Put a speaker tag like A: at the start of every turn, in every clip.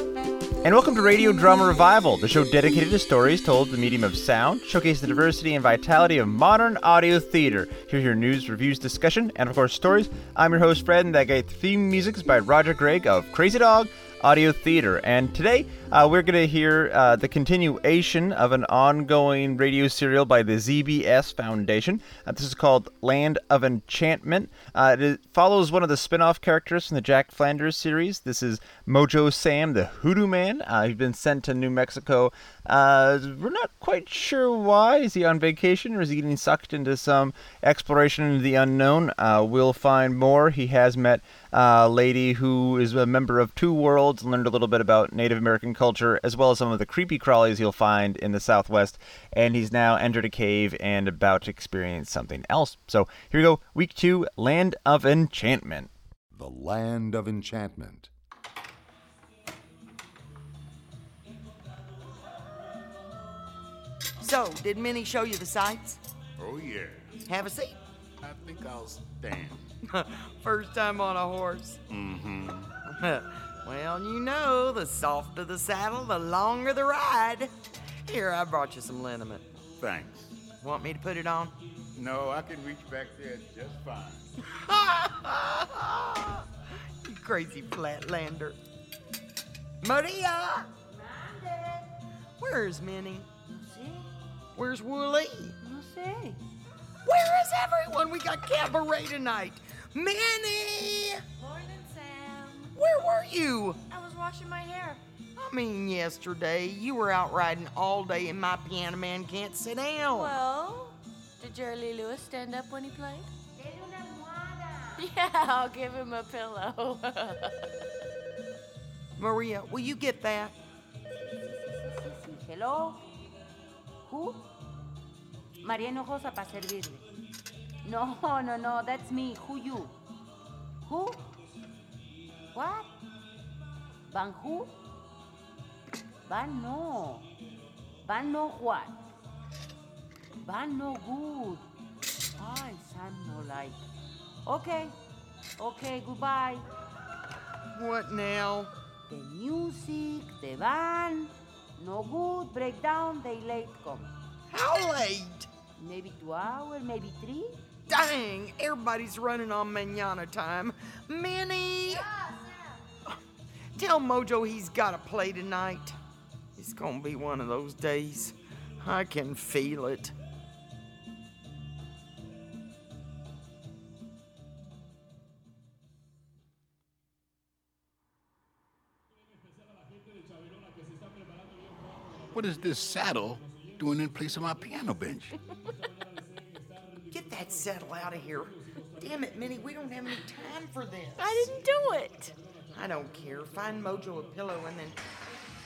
A: And welcome to Radio Drama Revival, the show dedicated to stories told in the medium of sound, showcasing the diversity and vitality of modern audio theater. Here's your news, reviews, discussion, and of course, stories. I'm your host, Fred, and that guy theme music is by Roger Gregg of Crazy Dog Audio Theater. And today, uh, we're going to hear uh, the continuation of an ongoing radio serial by the ZBS Foundation. Uh, this is called Land of Enchantment. Uh, it follows one of the spin off characters from the Jack Flanders series. This is Mojo Sam, the Hoodoo Man. Uh, he's been sent to New Mexico. Uh, we're not quite sure why. Is he on vacation or is he getting sucked into some exploration into the unknown? Uh, we'll find more. He has met a lady who is a member of two worlds, learned a little bit about Native American culture, as well as some of the creepy crawlies you'll find in the Southwest. And he's now entered a cave and about to experience something else. So here we go. Week two Land of Enchantment.
B: The Land of Enchantment.
C: So, did Minnie show you the sights?
D: Oh yeah,
C: Have a seat.
D: I think I'll stand.
C: First time on a horse. Mm-hmm. well, you know, the softer the saddle, the longer the ride. Here, I brought you some liniment.
D: Thanks.
C: Want me to put it on?
D: No, I can reach back there just fine.
C: you crazy flatlander. Maria! Where's Minnie? Where's Wooly?
E: No sé.
C: Where is everyone? We got cabaret tonight. Minnie!
E: Morning, Sam.
C: Where were you?
E: I was washing my hair.
D: Oh,
C: I mean, yesterday you were out riding all day and my piano man can't sit down.
E: Well, did Jerry Lee Lewis stand up when he played? Yeah, I'll give him a pillow.
C: Maria, will you get that?
F: Hello. Who? María Hinojosa para servirle. No, no, no, that's me. Who you? Who? What? Van who? Van no. Van no what? Van no good. Ay, Sam no like. Okay. Okay, goodbye.
C: What now?
F: The music, the van. No good. Break down, they late come.
C: How late?
F: Maybe two hours, maybe three.
C: Dang, everybody's running on manana time. Minnie! Tell Mojo he's gotta play tonight. It's gonna be one of those days. I can feel it.
D: What is this saddle doing in place of my piano bench?
C: Get that saddle out of here. Damn it, Minnie, we don't have any time for this.
E: I didn't do it.
C: I don't care. Find Mojo a pillow and then.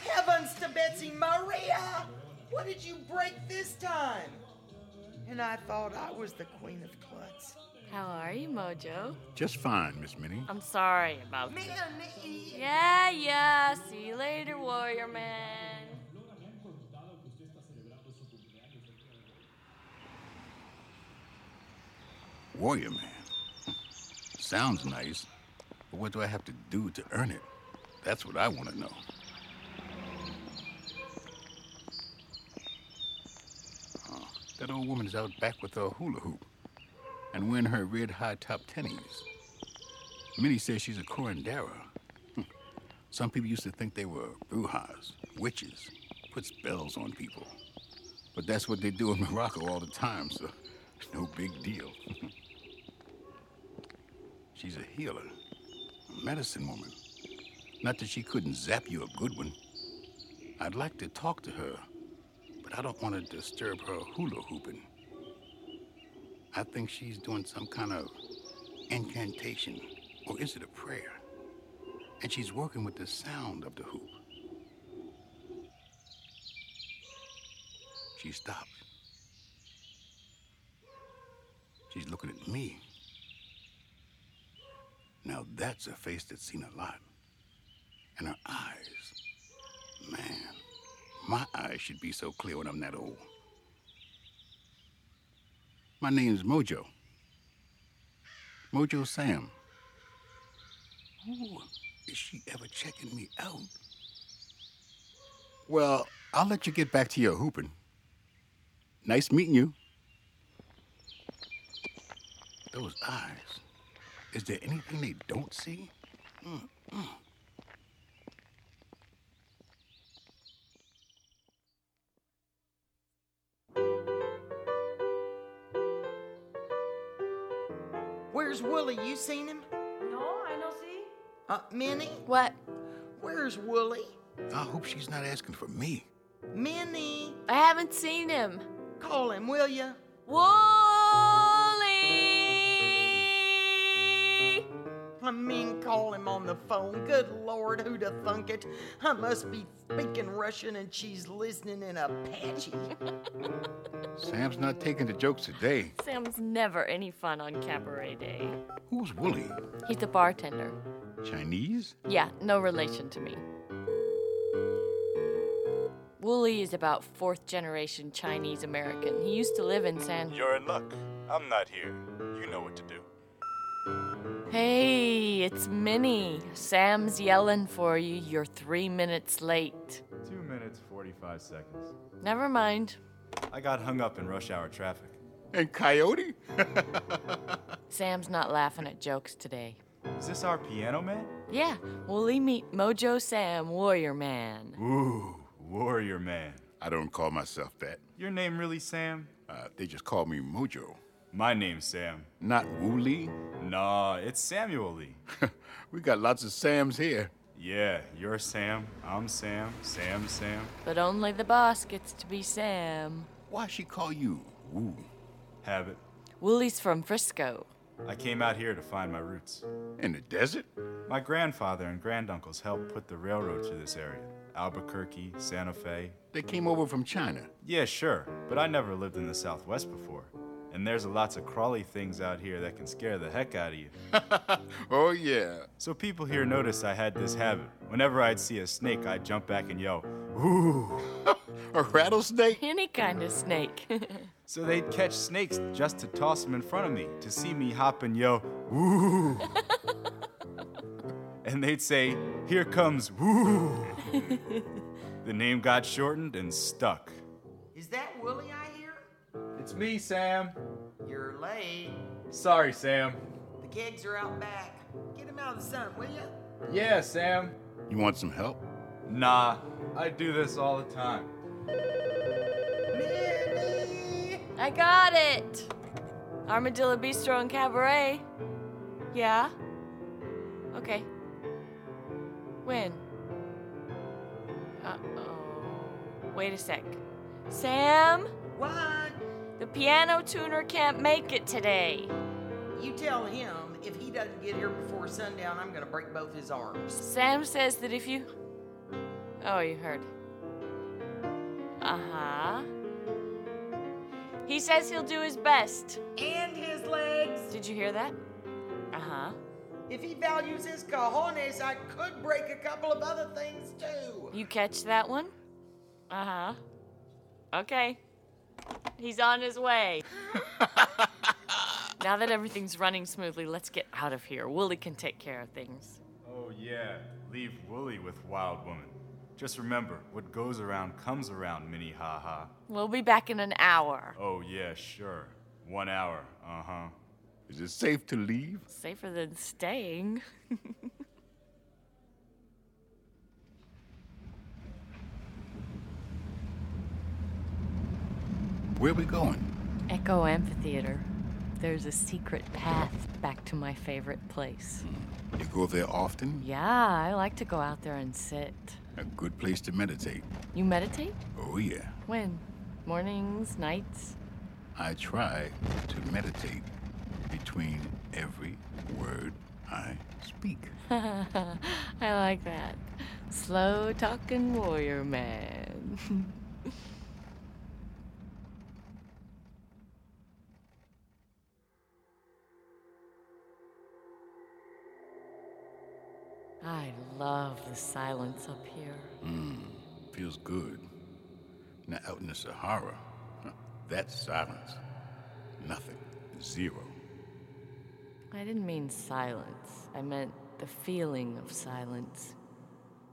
C: Heavens to Betsy Maria! What did you break this time? And I thought I was the queen of klutz.
E: How are you, Mojo?
D: Just fine, Miss Minnie.
E: I'm sorry about that.
C: Minnie!
E: Yeah, yeah. See you later, warrior man.
D: Warrior man. Sounds nice, but what do I have to do to earn it? That's what I want to know. Oh, that old woman is out back with her hula hoop and wearing her red high top tennies. Minnie says she's a curandera. Hmm. Some people used to think they were brujas, witches, put spells on people. But that's what they do in Morocco all the time, so it's no big deal. She's a healer, a medicine woman. Not that she couldn't zap you a good one. I'd like to talk to her, but I don't want to disturb her hula hooping. I think she's doing some kind of incantation, or is it a prayer? And she's working with the sound of the hoop. She stopped. She's looking at me. Now that's a face that's seen a lot. And her eyes. Man, my eyes should be so clear when I'm that old. My name's Mojo. Mojo Sam. Ooh, is she ever checking me out? Well, I'll let you get back to your hooping. Nice meeting you. Those eyes. Is there anything they don't see? Hmm.
C: Where's Wooly? You seen him?
F: No, I no see.
C: Uh, Minnie?
E: What?
C: Where's Wooly?
D: I hope she's not asking for me.
C: Minnie,
E: I haven't seen him.
C: call him, will ya?
E: Wooly!
C: I mean, call him on the phone. Good Lord, who'd have thunk it? I must be speaking Russian and she's listening in Apache.
D: Sam's not taking the jokes today.
E: Sam's never any fun on Cabaret Day.
D: Who's Wooly?
E: He's the bartender.
D: Chinese?
E: Yeah, no relation to me. Wooly is about fourth generation Chinese American. He used to live in San.
G: You're in luck. I'm not here. You know what to do.
E: Hey, it's Minnie. Sam's yelling for you. You're three minutes late.
H: Two minutes, 45 seconds.
E: Never mind.
H: I got hung up in rush hour traffic.
D: And Coyote?
E: Sam's not laughing at jokes today.
H: Is this our piano man?
E: Yeah, Wooly meet Mojo Sam, Warrior Man.
H: Ooh, warrior man.
D: I don't call myself that.
H: Your name really Sam?
D: Uh, they just call me Mojo.
H: My name's Sam.
D: Not Wooly.
H: Nah, it's Samuel Lee.
D: We got lots of Sams here.
H: Yeah, you're Sam. I'm Sam. Sam, Sam.
E: But only the boss gets to be Sam.
D: Why she call you Woo?
H: Habit.
E: Wooly's from Frisco.
H: I came out here to find my roots.
D: In the desert?
H: My grandfather and granduncles helped put the railroad through this area Albuquerque, Santa Fe.
D: They came over from China.
H: Yeah, sure, but I never lived in the Southwest before. And there's lots of crawly things out here that can scare the heck out of you.
D: Oh, yeah.
H: So people here noticed I had this habit. Whenever I'd see a snake, I'd jump back and yell, ooh.
D: A rattlesnake?
E: Any kind of snake.
H: So they'd catch snakes just to toss them in front of me, to see me hop and yell, ooh. and they'd say, here comes ooh. the name got shortened and stuck.
C: Is that Wooly I hear?
H: It's me, Sam.
C: You're late.
H: Sorry, Sam.
C: The kegs are out back. Get him out of the sun, will ya?
H: Yeah, Sam.
D: You want some help?
H: Nah, I do this all the time.
C: Minnie!
E: I got it! Armadillo Bistro and Cabaret. Yeah? Okay. When? Uh oh. Wait a sec. Sam?
C: Why?
E: The piano tuner can't make it today.
C: You tell him if he doesn't get here before sundown, I'm gonna break both his arms.
E: Sam says that if you. Oh, you heard. Uh huh. He says he'll do his best.
C: And his legs!
E: Did you hear that? Uh huh.
C: If he values his cojones, I could break a couple of other things too.
E: You catch that one? Uh huh. Okay. He's on his way. now that everything's running smoothly, let's get out of here. Wooly can take care of things.
H: Oh, yeah. Leave Wooly with Wild Woman. Just remember, what goes around comes around, Minnie Ha Ha.
E: We'll be back in an hour.
H: Oh, yeah, sure. One hour, uh huh.
D: Is it safe to leave?
E: Safer than staying.
D: Where we going?
E: Echo Amphitheater. There's a secret path back to my favorite place.
D: You go there often?
E: Yeah, I like to go out there and sit.
D: A good place to meditate.
E: You meditate?
D: Oh, yeah.
E: When? Mornings, nights?
D: I try to meditate between every word I speak.
E: I like that. Slow talking warrior man. I love the silence up here.
D: Hmm, Feels good. Now, out in the Sahara, huh, that's silence. Nothing. Zero.
E: I didn't mean silence. I meant the feeling of silence.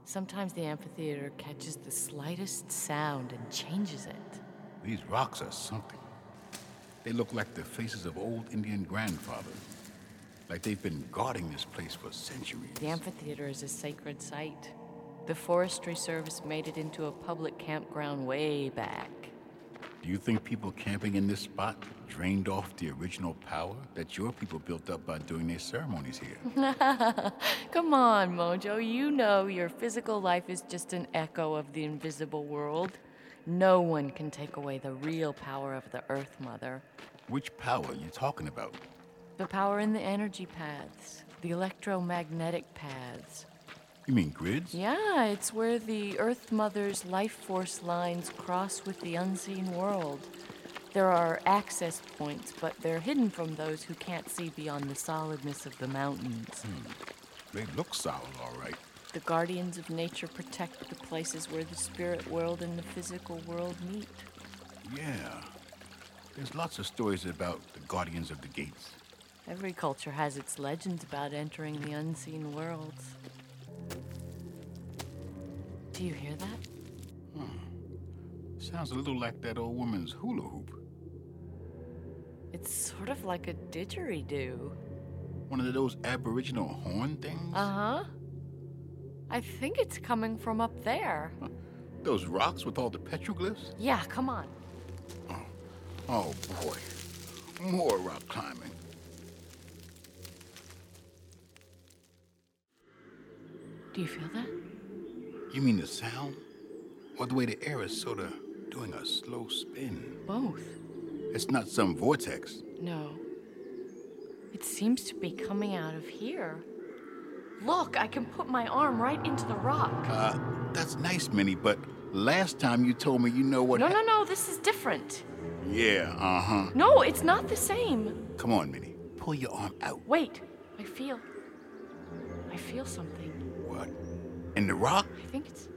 E: Sometimes the amphitheater catches the slightest sound and changes it.
D: These rocks are something. They look like the faces of old Indian grandfathers, like they've been guarding this place for centuries.
E: The amphitheater is a sacred site. The Forestry Service made it into a public campground way back.
D: Do you think people camping in this spot drained off the original power that your people built up by doing their ceremonies here?
E: Come on, Mojo, you know your physical life is just an echo of the invisible world. No one can take away the real power of the Earth Mother.
D: Which power are you talking about?
E: The power in the energy paths, the electromagnetic paths.
D: You mean grids?
E: Yeah, it's where the Earth Mother's life force lines cross with the unseen world. There are access points, but they're hidden from those who can't see beyond the solidness of the mountains.
D: They look solid, all right.
E: The guardians of nature protect the places where the spirit world and the physical world meet.
D: Yeah. There's lots of stories about the guardians of the gates.
E: Every culture has its legends about entering the unseen worlds. Do you hear that?
D: Sounds a little like that old woman's hula hoop.
E: It's sort of like a didgeridoo.
D: One of those aboriginal horn things?
E: Uh huh. I think it's coming from up there.
D: Those rocks with all the petroglyphs?
E: Yeah, come on.
D: Oh boy. More rock climbing.
E: Do you feel that?
D: You mean the sound? Or the way the air is sort of doing a slow spin?
E: Both.
D: It's not some vortex.
E: No. It seems to be coming out of here. Look, I can put my arm right into the rock.
D: Uh, that's nice, Minnie, but last time you told me you know what.
E: No,
D: hap-
E: no, no, this is different.
D: Yeah, uh huh.
E: No, it's not the same.
D: Come on, Minnie. Pull your arm out.
E: Wait, I feel. I feel something.
D: What? In the rock?
E: I think it's.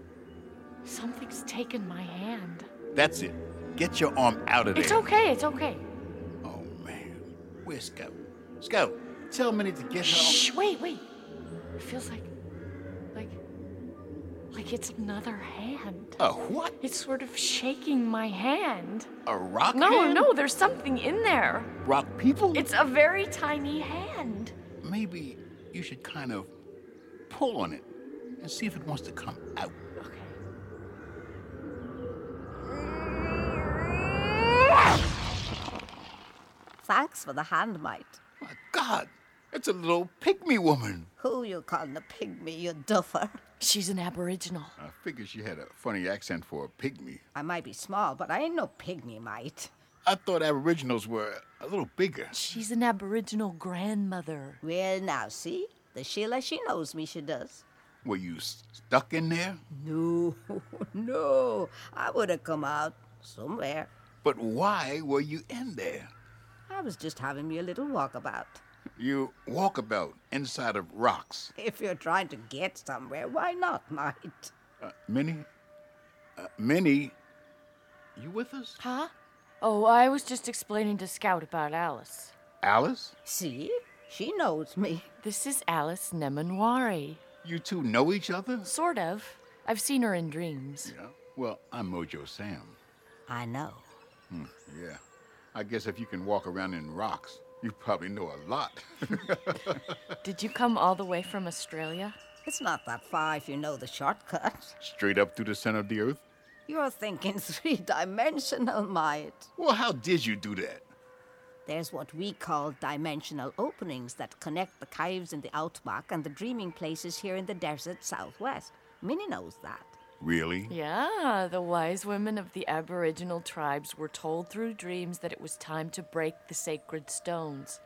E: Something's taken my hand.
D: That's it. Get your arm out of there.
E: It's okay, it's okay.
D: Oh, man. Where's Scout? Scout, tell Minnie to get her.
E: Shh, wait, wait. It feels like. like. like it's another hand.
D: arm- A what?
E: It's sort of shaking my hand.
D: A rock?
E: No,
D: hand?
E: no, there's something in there.
D: Rock people?
E: It's a very tiny hand.
D: Maybe you should kind of pull on it and see if it wants to come out.
E: Okay.
I: Thanks for the hand, mate.
D: My God, it's a little pygmy woman.
I: Who you calling a pygmy, you duffer?
E: She's an Aboriginal.
D: I figured she had a funny accent for a pygmy.
I: I might be small, Oh, but I ain't no pygmy, mate.
D: I thought Aboriginals were a little bigger.
E: She's an Aboriginal grandmother.
I: Well, now, see? The Sheila, she knows me, she does.
D: Were you s- stuck in there?
I: No, no, I would have come out somewhere.
D: But why were you in there?
I: I was just having me a little walkabout.
D: You walk about inside of rocks.
I: If you're trying to get somewhere, why not, mate?
D: Uh, Minnie? Uh, Minnie? You with us?
E: Huh? Oh, I was just explaining to Scout about Alice.
D: Alice?
I: See? She knows me.
E: This is Alice Nemanwari.
D: You two know each other?
E: Sort of. I've seen her in dreams.
D: Yeah. Well, I'm Mojo Sam. Hmm,
I: I know.
D: Yeah. I guess if you can walk around in rocks, you probably know a lot.
E: Did you come all the way from Australia?
I: It's not that far if you know the shortcut.
D: Straight up through the center of the earth?
I: You're thinking three dimensional, mate.
D: Well, how did you do that?
I: There's what we call dimensional openings that connect the caves in the outback and the dreaming places here in the desert southwest. Minnie knows that.
D: Really?
E: Yeah, the wise women of the Aboriginal tribes were told through dreams that it was time to break the sacred stones.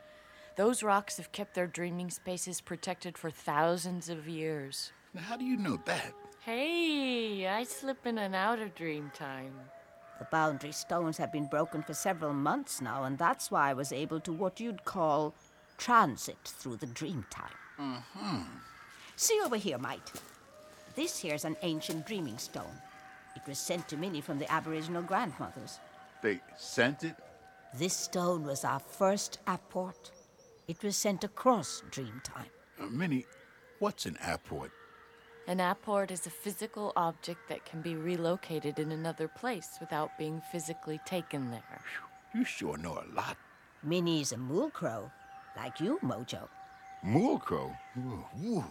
E: Those rocks have kept their dreaming spaces protected for thousands of years.
D: Now, how do you know that?
E: Hey, I slip in and out of dream time.
I: The boundary stones have been broken for several months now, and that's why I was able to what you'd call transit through the dream time. Mm-hmm.
D: Uh-huh.
I: See over here, mate. This here's an ancient dreaming stone. It was sent to Minnie from the Aboriginal grandmothers.
D: They sent it?
I: This stone was our first apport. It was sent across dream time.
D: Uh, Minnie, what's an apport?
E: An apport is a physical object that can be relocated in another place without being physically taken there.
D: You sure know a lot.
I: Minnie's a mool crow, like you, Mojo.
D: Mool crow? Ooh, ooh.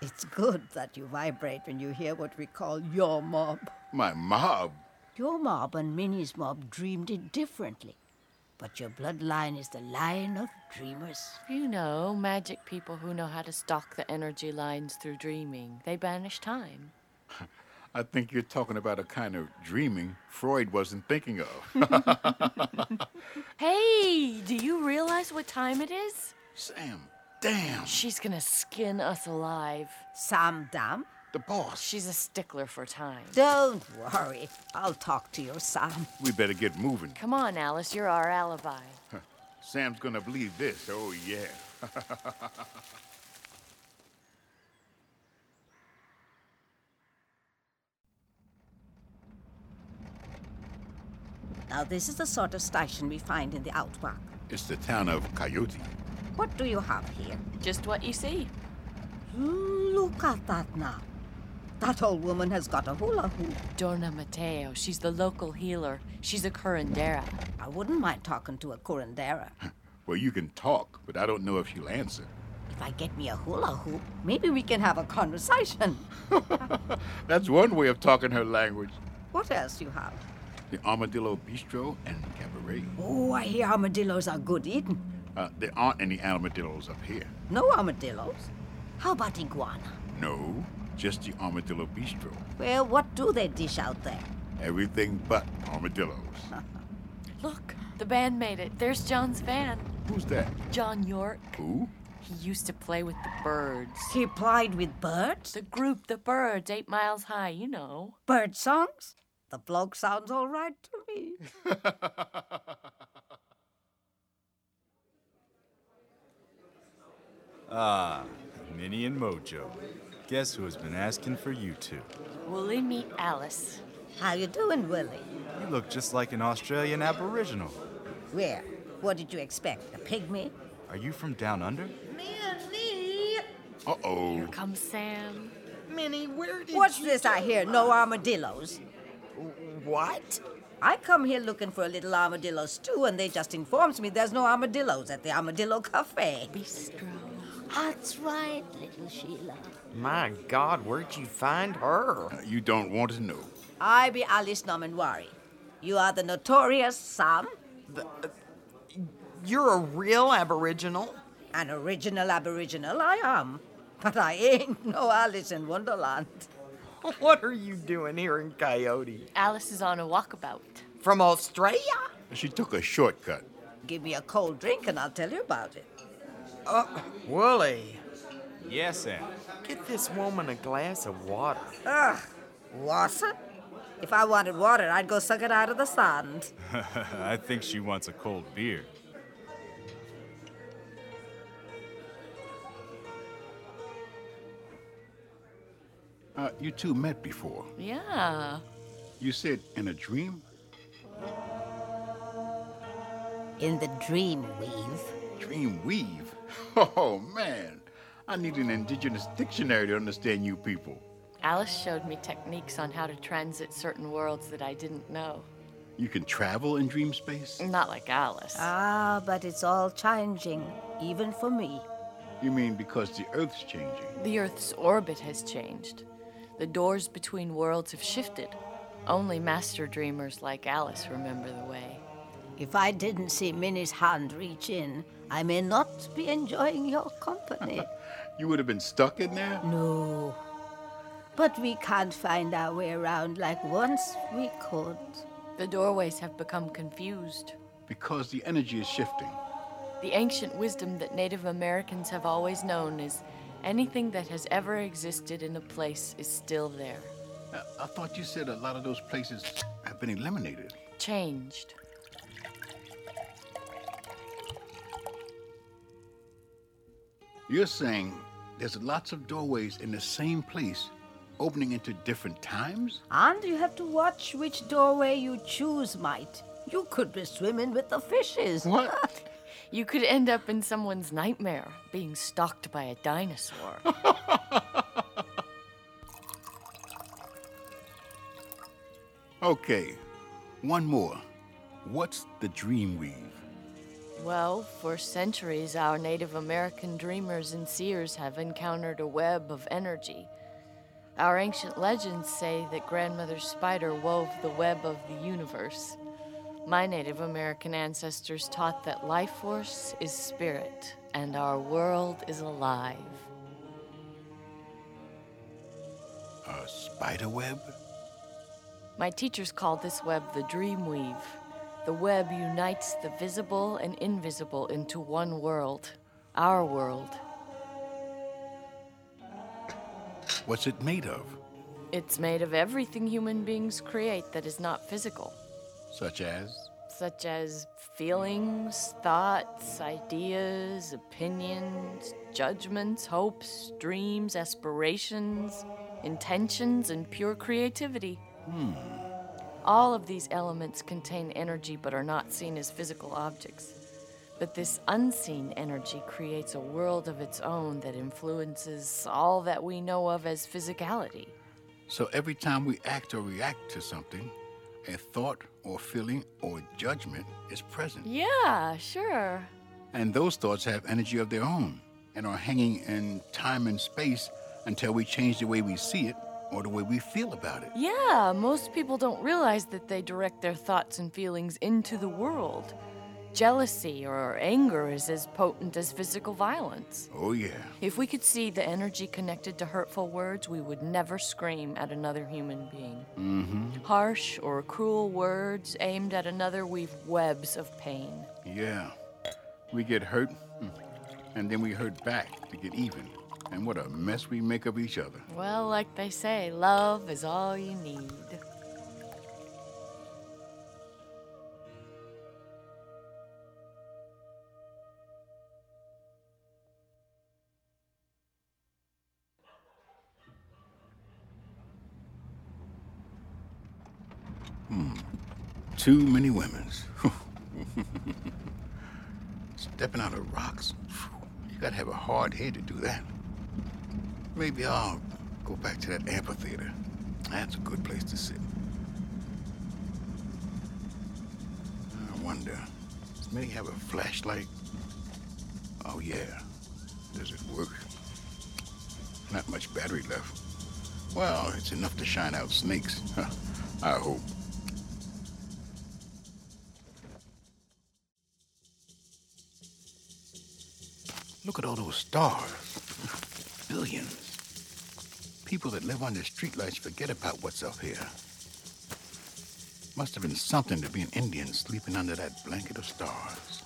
I: It's good that you vibrate when you hear what we call your mob.
D: My mob.
I: Your mob and Minnie's mob dreamed it differently. But your bloodline is the line of dreamers.
E: You know, magic people who know how to stalk the energy lines through dreaming. They banish time.
D: I think you're talking about a kind of dreaming Freud wasn't thinking of.
E: Hey, do you realize what time it is?
D: Sam, damn,
E: She's gonna skin us alive.
I: Sam Dam?
D: the boss.
E: She's a stickler for time.
I: Don't worry. I'll talk to your Sam.
D: We better get moving.
E: Come on, Alice, you're our alibi.
D: Sam's gonna believe this. Oh, yeah.
I: Now, this is the sort of station we find in the outback.
D: It's the town of Coyote.
I: What do you have here?
E: Just what you see.
I: Hmm, Look at that now. That old woman has got a hula hoop.
E: Dona Mateo, she's the local healer. She's a curandera.
I: I wouldn't mind talking to a curandera.
D: Well, you can talk, but I don't know if she'll answer.
I: If I get me a hula hoop, maybe we can have a conversation.
D: That's one way of talking her language.
I: What else you have?
D: The Armadillo Bistro and Cabaret.
I: Oh, I hear armadillos are good eating.
D: Uh, there aren't any armadillos up here.
I: No armadillos. How about iguana?
D: No, just the Armadillo Bistro.
I: Well, what do they dish out there?
D: Everything but armadillos.
E: Look, the band made it. There's John's van.
D: Who's that?
E: John York.
D: Who?
E: He used to play with the birds.
I: He plied with birds?
E: The group, the birds, eight miles high, you know.
I: Bird songs? The bloke sounds all right to me.
H: Ah, Minnie and Mojo. Guess who has been asking for you two?
E: Willie meet Alice.
I: How you doing, Willie?
H: You look just like an Australian Aboriginal.
I: Where? What did you expect? A pygmy?
H: Are you from down under?
C: Minnie!
D: Uh oh.
E: Here comes Sam.
C: Minnie, where did
I: What's
C: you
I: this I hear? No armadillos. What? I come here looking for a little armadillo stew, and they just informs me there's no armadillos at the Armadillo Cafe.
F: That's right, little Sheila.
J: My God, where'd you find her?
D: You don't want to know.
I: I be Alice Nomenwari. You are the notorious Sam,
J: uh, You're a real Aboriginal.
I: an original Aboriginal I am. But I ain't no Alice in Wonderland.
J: What are you doing here in Coyote?
E: Alice is on a walkabout.
J: From Australia?
D: She took a shortcut.
I: Give me a cold drink and I'll tell you about it.
J: Wooly,
H: Yes, Sam.
J: Oh, get this woman a glass of water.
I: Ugh, water? If I wanted water, I'd go suck it out of the sand.
H: I think she wants a cold beer.
D: Uh, you two met before.
E: Yeah.
D: You said in a dream?
I: In the dream weave.
D: Dream weave? Oh, man. I need an indigenous dictionary to understand you people.
E: Alice showed me techniques on how to transit certain worlds that I didn't know.
D: You can travel in dream space?
E: Not like Alice.
I: Ah, but it's all changing, even for me.
D: You mean because the Earth's changing?
E: The Earth's orbit has changed. The doors between worlds have shifted. Only master dreamers like Alice remember the way.
I: If I didn't see Minnie's hand reach in, I may not be enjoying your company.
D: You would have been stuck in there?
I: no. But we can't find our way around like once we could.
E: The doorways have become confused.
D: Because the energy is shifting.
E: The ancient wisdom that Native Americans have always known is anything that has ever existed in a place is still there.
D: I, I thought you said a lot of those places have been eliminated.
E: Changed.
D: You're saying there's lots of doorways in the same place opening into different times?
I: And you have to watch which doorway you choose, mate. You could be swimming with the fishes.
D: What?
E: You could end up in someone's nightmare, being stalked by a dinosaur.
D: Okay, one more. What's the dream weave?
E: Well, for centuries, our Native American dreamers and seers have encountered a web of energy. Our ancient legends say that Grandmother Spider wove the web of the universe. My Native American ancestors taught that life force is spirit, and our world is alive.
D: A spider web?
E: My teachers call this web the dream weave. The web unites the visible and invisible into one world, our world.
D: What's it made of?
E: It's made of everything human beings create that is not physical,
D: Such as?
E: such as feelings, thoughts, ideas, opinions, judgments, hopes, dreams, aspirations, intentions, and pure creativity.
D: Hmm.
E: All of these elements contain energy but are not seen as physical objects. But this unseen energy creates a world of its own that influences all that we know of as physicality.
D: So every time we act or react to something, a thought or feeling or judgment is present.
E: Yeah, sure.
D: And those thoughts have energy of their own and are hanging in time and space until we change the way we see it or the way we feel about it.
E: Yeah, most people don't realize that they direct their thoughts and feelings into the world. Jealousy or anger is as potent as physical violence.
D: Oh, yeah.
E: If we could see the energy connected to hurtful words, we would never scream at another human being.
D: Mm-hmm.
E: Harsh or cruel words aimed at another weave webs of pain.
D: Yeah. We get hurt, mm, and then we hurt back to get even. And what a mess we make of each other.
E: Well, like they say, love is all you need.
D: Hmm. Too many women's. Stepping out of rocks. You gotta have a hard head to do that. Maybe I'll go back to that amphitheater. That's a good place to sit. I wonder, does Minnie have a flashlight? Oh, yeah. Does it work? Not much battery left. Well, it's enough to shine out snakes. I hope. Look at all those stars. Billions. People that live on the streetlights forget about what's up here. Must have been something to be an Indian sleeping under that blanket of stars.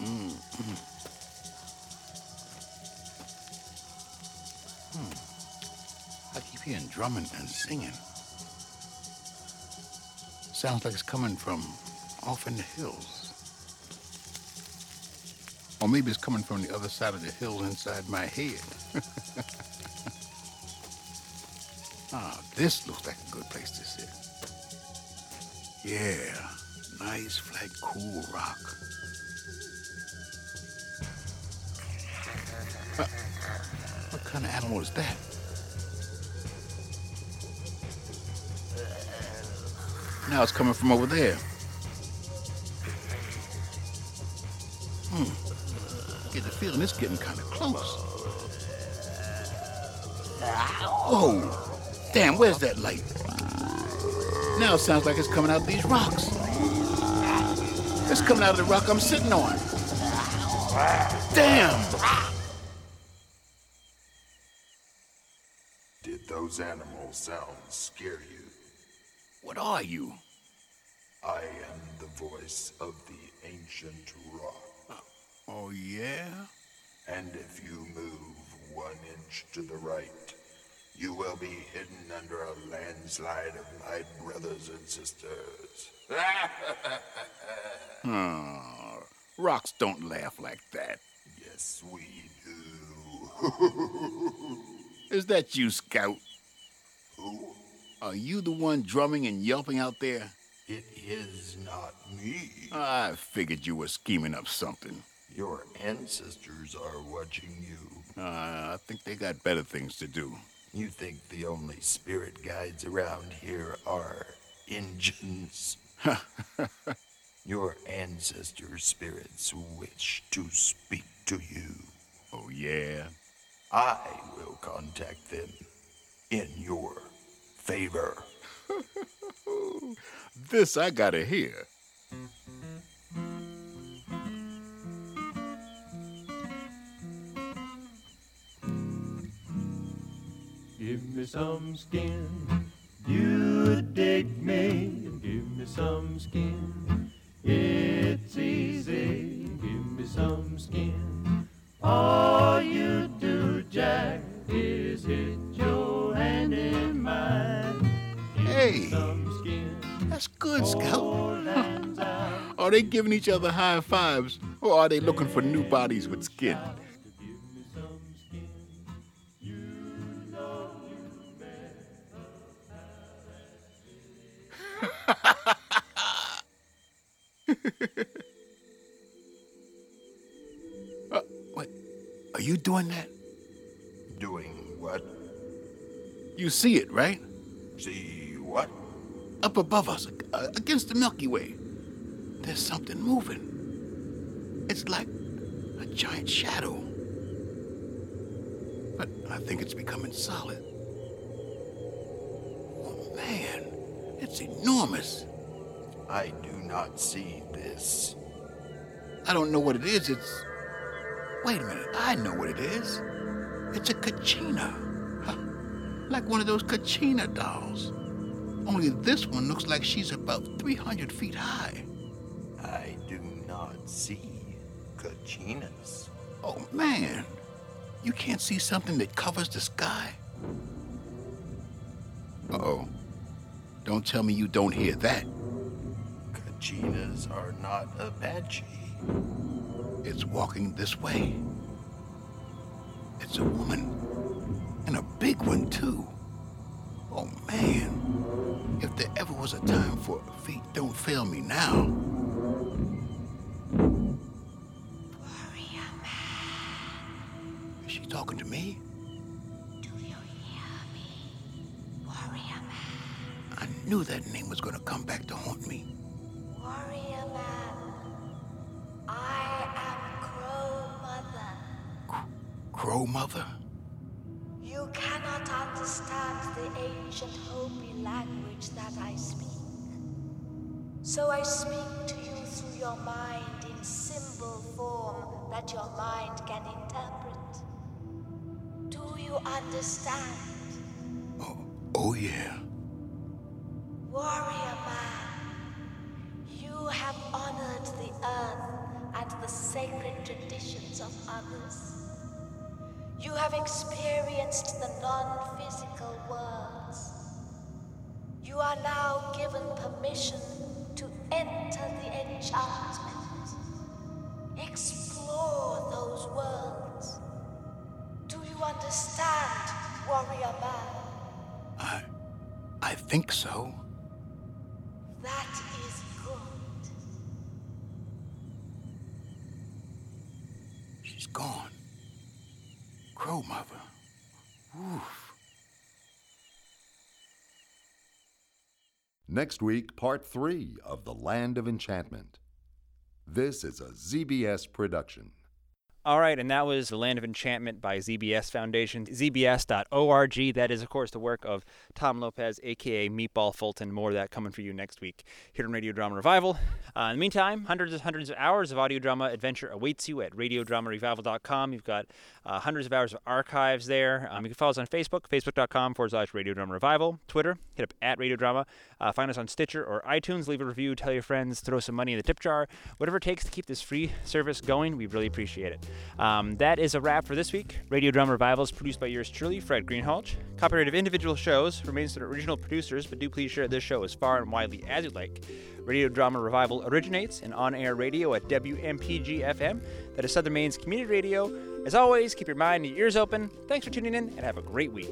D: mm mm. Hmm. I keep hearing drumming and singing. Sounds like it's coming from off in the hills. Or maybe it's coming from the other side of the hill inside my head. ah, this looks like a good place to sit. Yeah, nice, flat, cool rock. Uh, what kind of animal is that? Now it's coming from over there. Hmm. Get the feeling it's getting kind of close. Whoa! Oh, Damn, where's that light? Now it sounds like it's coming out of these rocks. It's coming out of the rock I'm sitting on. Damn!
G: Did those animal sounds scare you?
D: What are you?
G: I am the voice of the ancient rock.
D: Oh, yeah?
G: And if you move one inch to the right, you will be hidden under a landslide of my brothers and sisters.
D: Aw, rocks don't laugh like that.
G: yes, we do.
D: Is that you, Scout? Are you the one drumming and yelping out there?
G: it is not me.
D: I figured you were scheming up something.
G: Your ancestors are watching you.
D: Uh, I think they got better things to do.
G: You think the only spirit guides around here are engines. Your ancestor spirits wish to speak to you.
D: Oh, yeah?
G: I will contact them in your favor.
D: This I gotta hear.
K: Give me some skin, you dig me. Give me some skin, it's easy. Give me some skin. All you do, Jack, is hit your hand in mine.
D: Hey, that's good, Scout. are they giving each other high fives, or are they looking for new bodies with skin? Uh, what? Are you doing that?
G: Doing what?
D: You see it, right?
G: See what?
D: Up above us, uh, against the Milky Way. There's something moving. It's like a giant shadow. But I think it's becoming solid. Oh, man. It's enormous.
G: I do not see this.
D: I don't know what it is. It's. Wait a minute. I know what it is. It's a kachina. Huh. Like one of those kachina dolls. Only this one looks like she's about 300 feet high.
G: I do not see Kachinas.
D: Oh, man. You can't see something that covers the sky? Uh oh. Don't tell me you don't hear that.
G: Kachinas are not Apache.
D: It's walking this way. It's a woman. And a big one, too. Oh, man. If there ever was a time for feet don't fail me now. Is she talking to me? I knew that name was going to come back to haunt me.
L: Warrior man, I am Crow Mother.
D: Crow Mother?
L: You cannot understand the ancient Hopi language that I speak. So I speak to you through your mind in symbol form that your mind can interpret. Do you understand?
D: Oh, yeah.
L: Warrior man, you have honored the earth and the sacred traditions of others. You have experienced the non physical worlds. You are now given permission to enter the enchantment. Explore those worlds. Do you understand, warrior man?
D: I. I think so.
L: That is good.
D: She's gone. Crow Mother. Oof.
B: Next week, part three of The Land of Enchantment. This is a ZBS production.
M: All right, and that was The Land of Enchantment by ZBS Foundation, zbs.org. That is, of course, the work of Tom Lopez, aka Meatball Fulton. More of that coming for you next week here on Radio Drama Revival. Uh, in the meantime, hundreds and hundreds of hours of audio drama adventure awaits you at radiodramarevival.com. You've got uh, hundreds of hours of archives there. Um, you can follow us on Facebook, facebook.com forward slash Radio Drama Revival. Twitter, hit up at Radio Drama. Uh, find us on Stitcher or iTunes. Leave a review, tell your friends, throw some money in the tip jar. Whatever it takes to keep this free service going, we really appreciate it. Um, that is a wrap for this week. Radio Drama Revival is produced by yours truly, Fred Greenhalgh. Copyright of individual shows remains to the original producers, but do please share this show as far and widely as you like. Radio Drama Revival originates in on air radio at WMPG FM, that is Southern Maine's community radio. As always, keep your mind and your ears open. Thanks for tuning in and have a great week.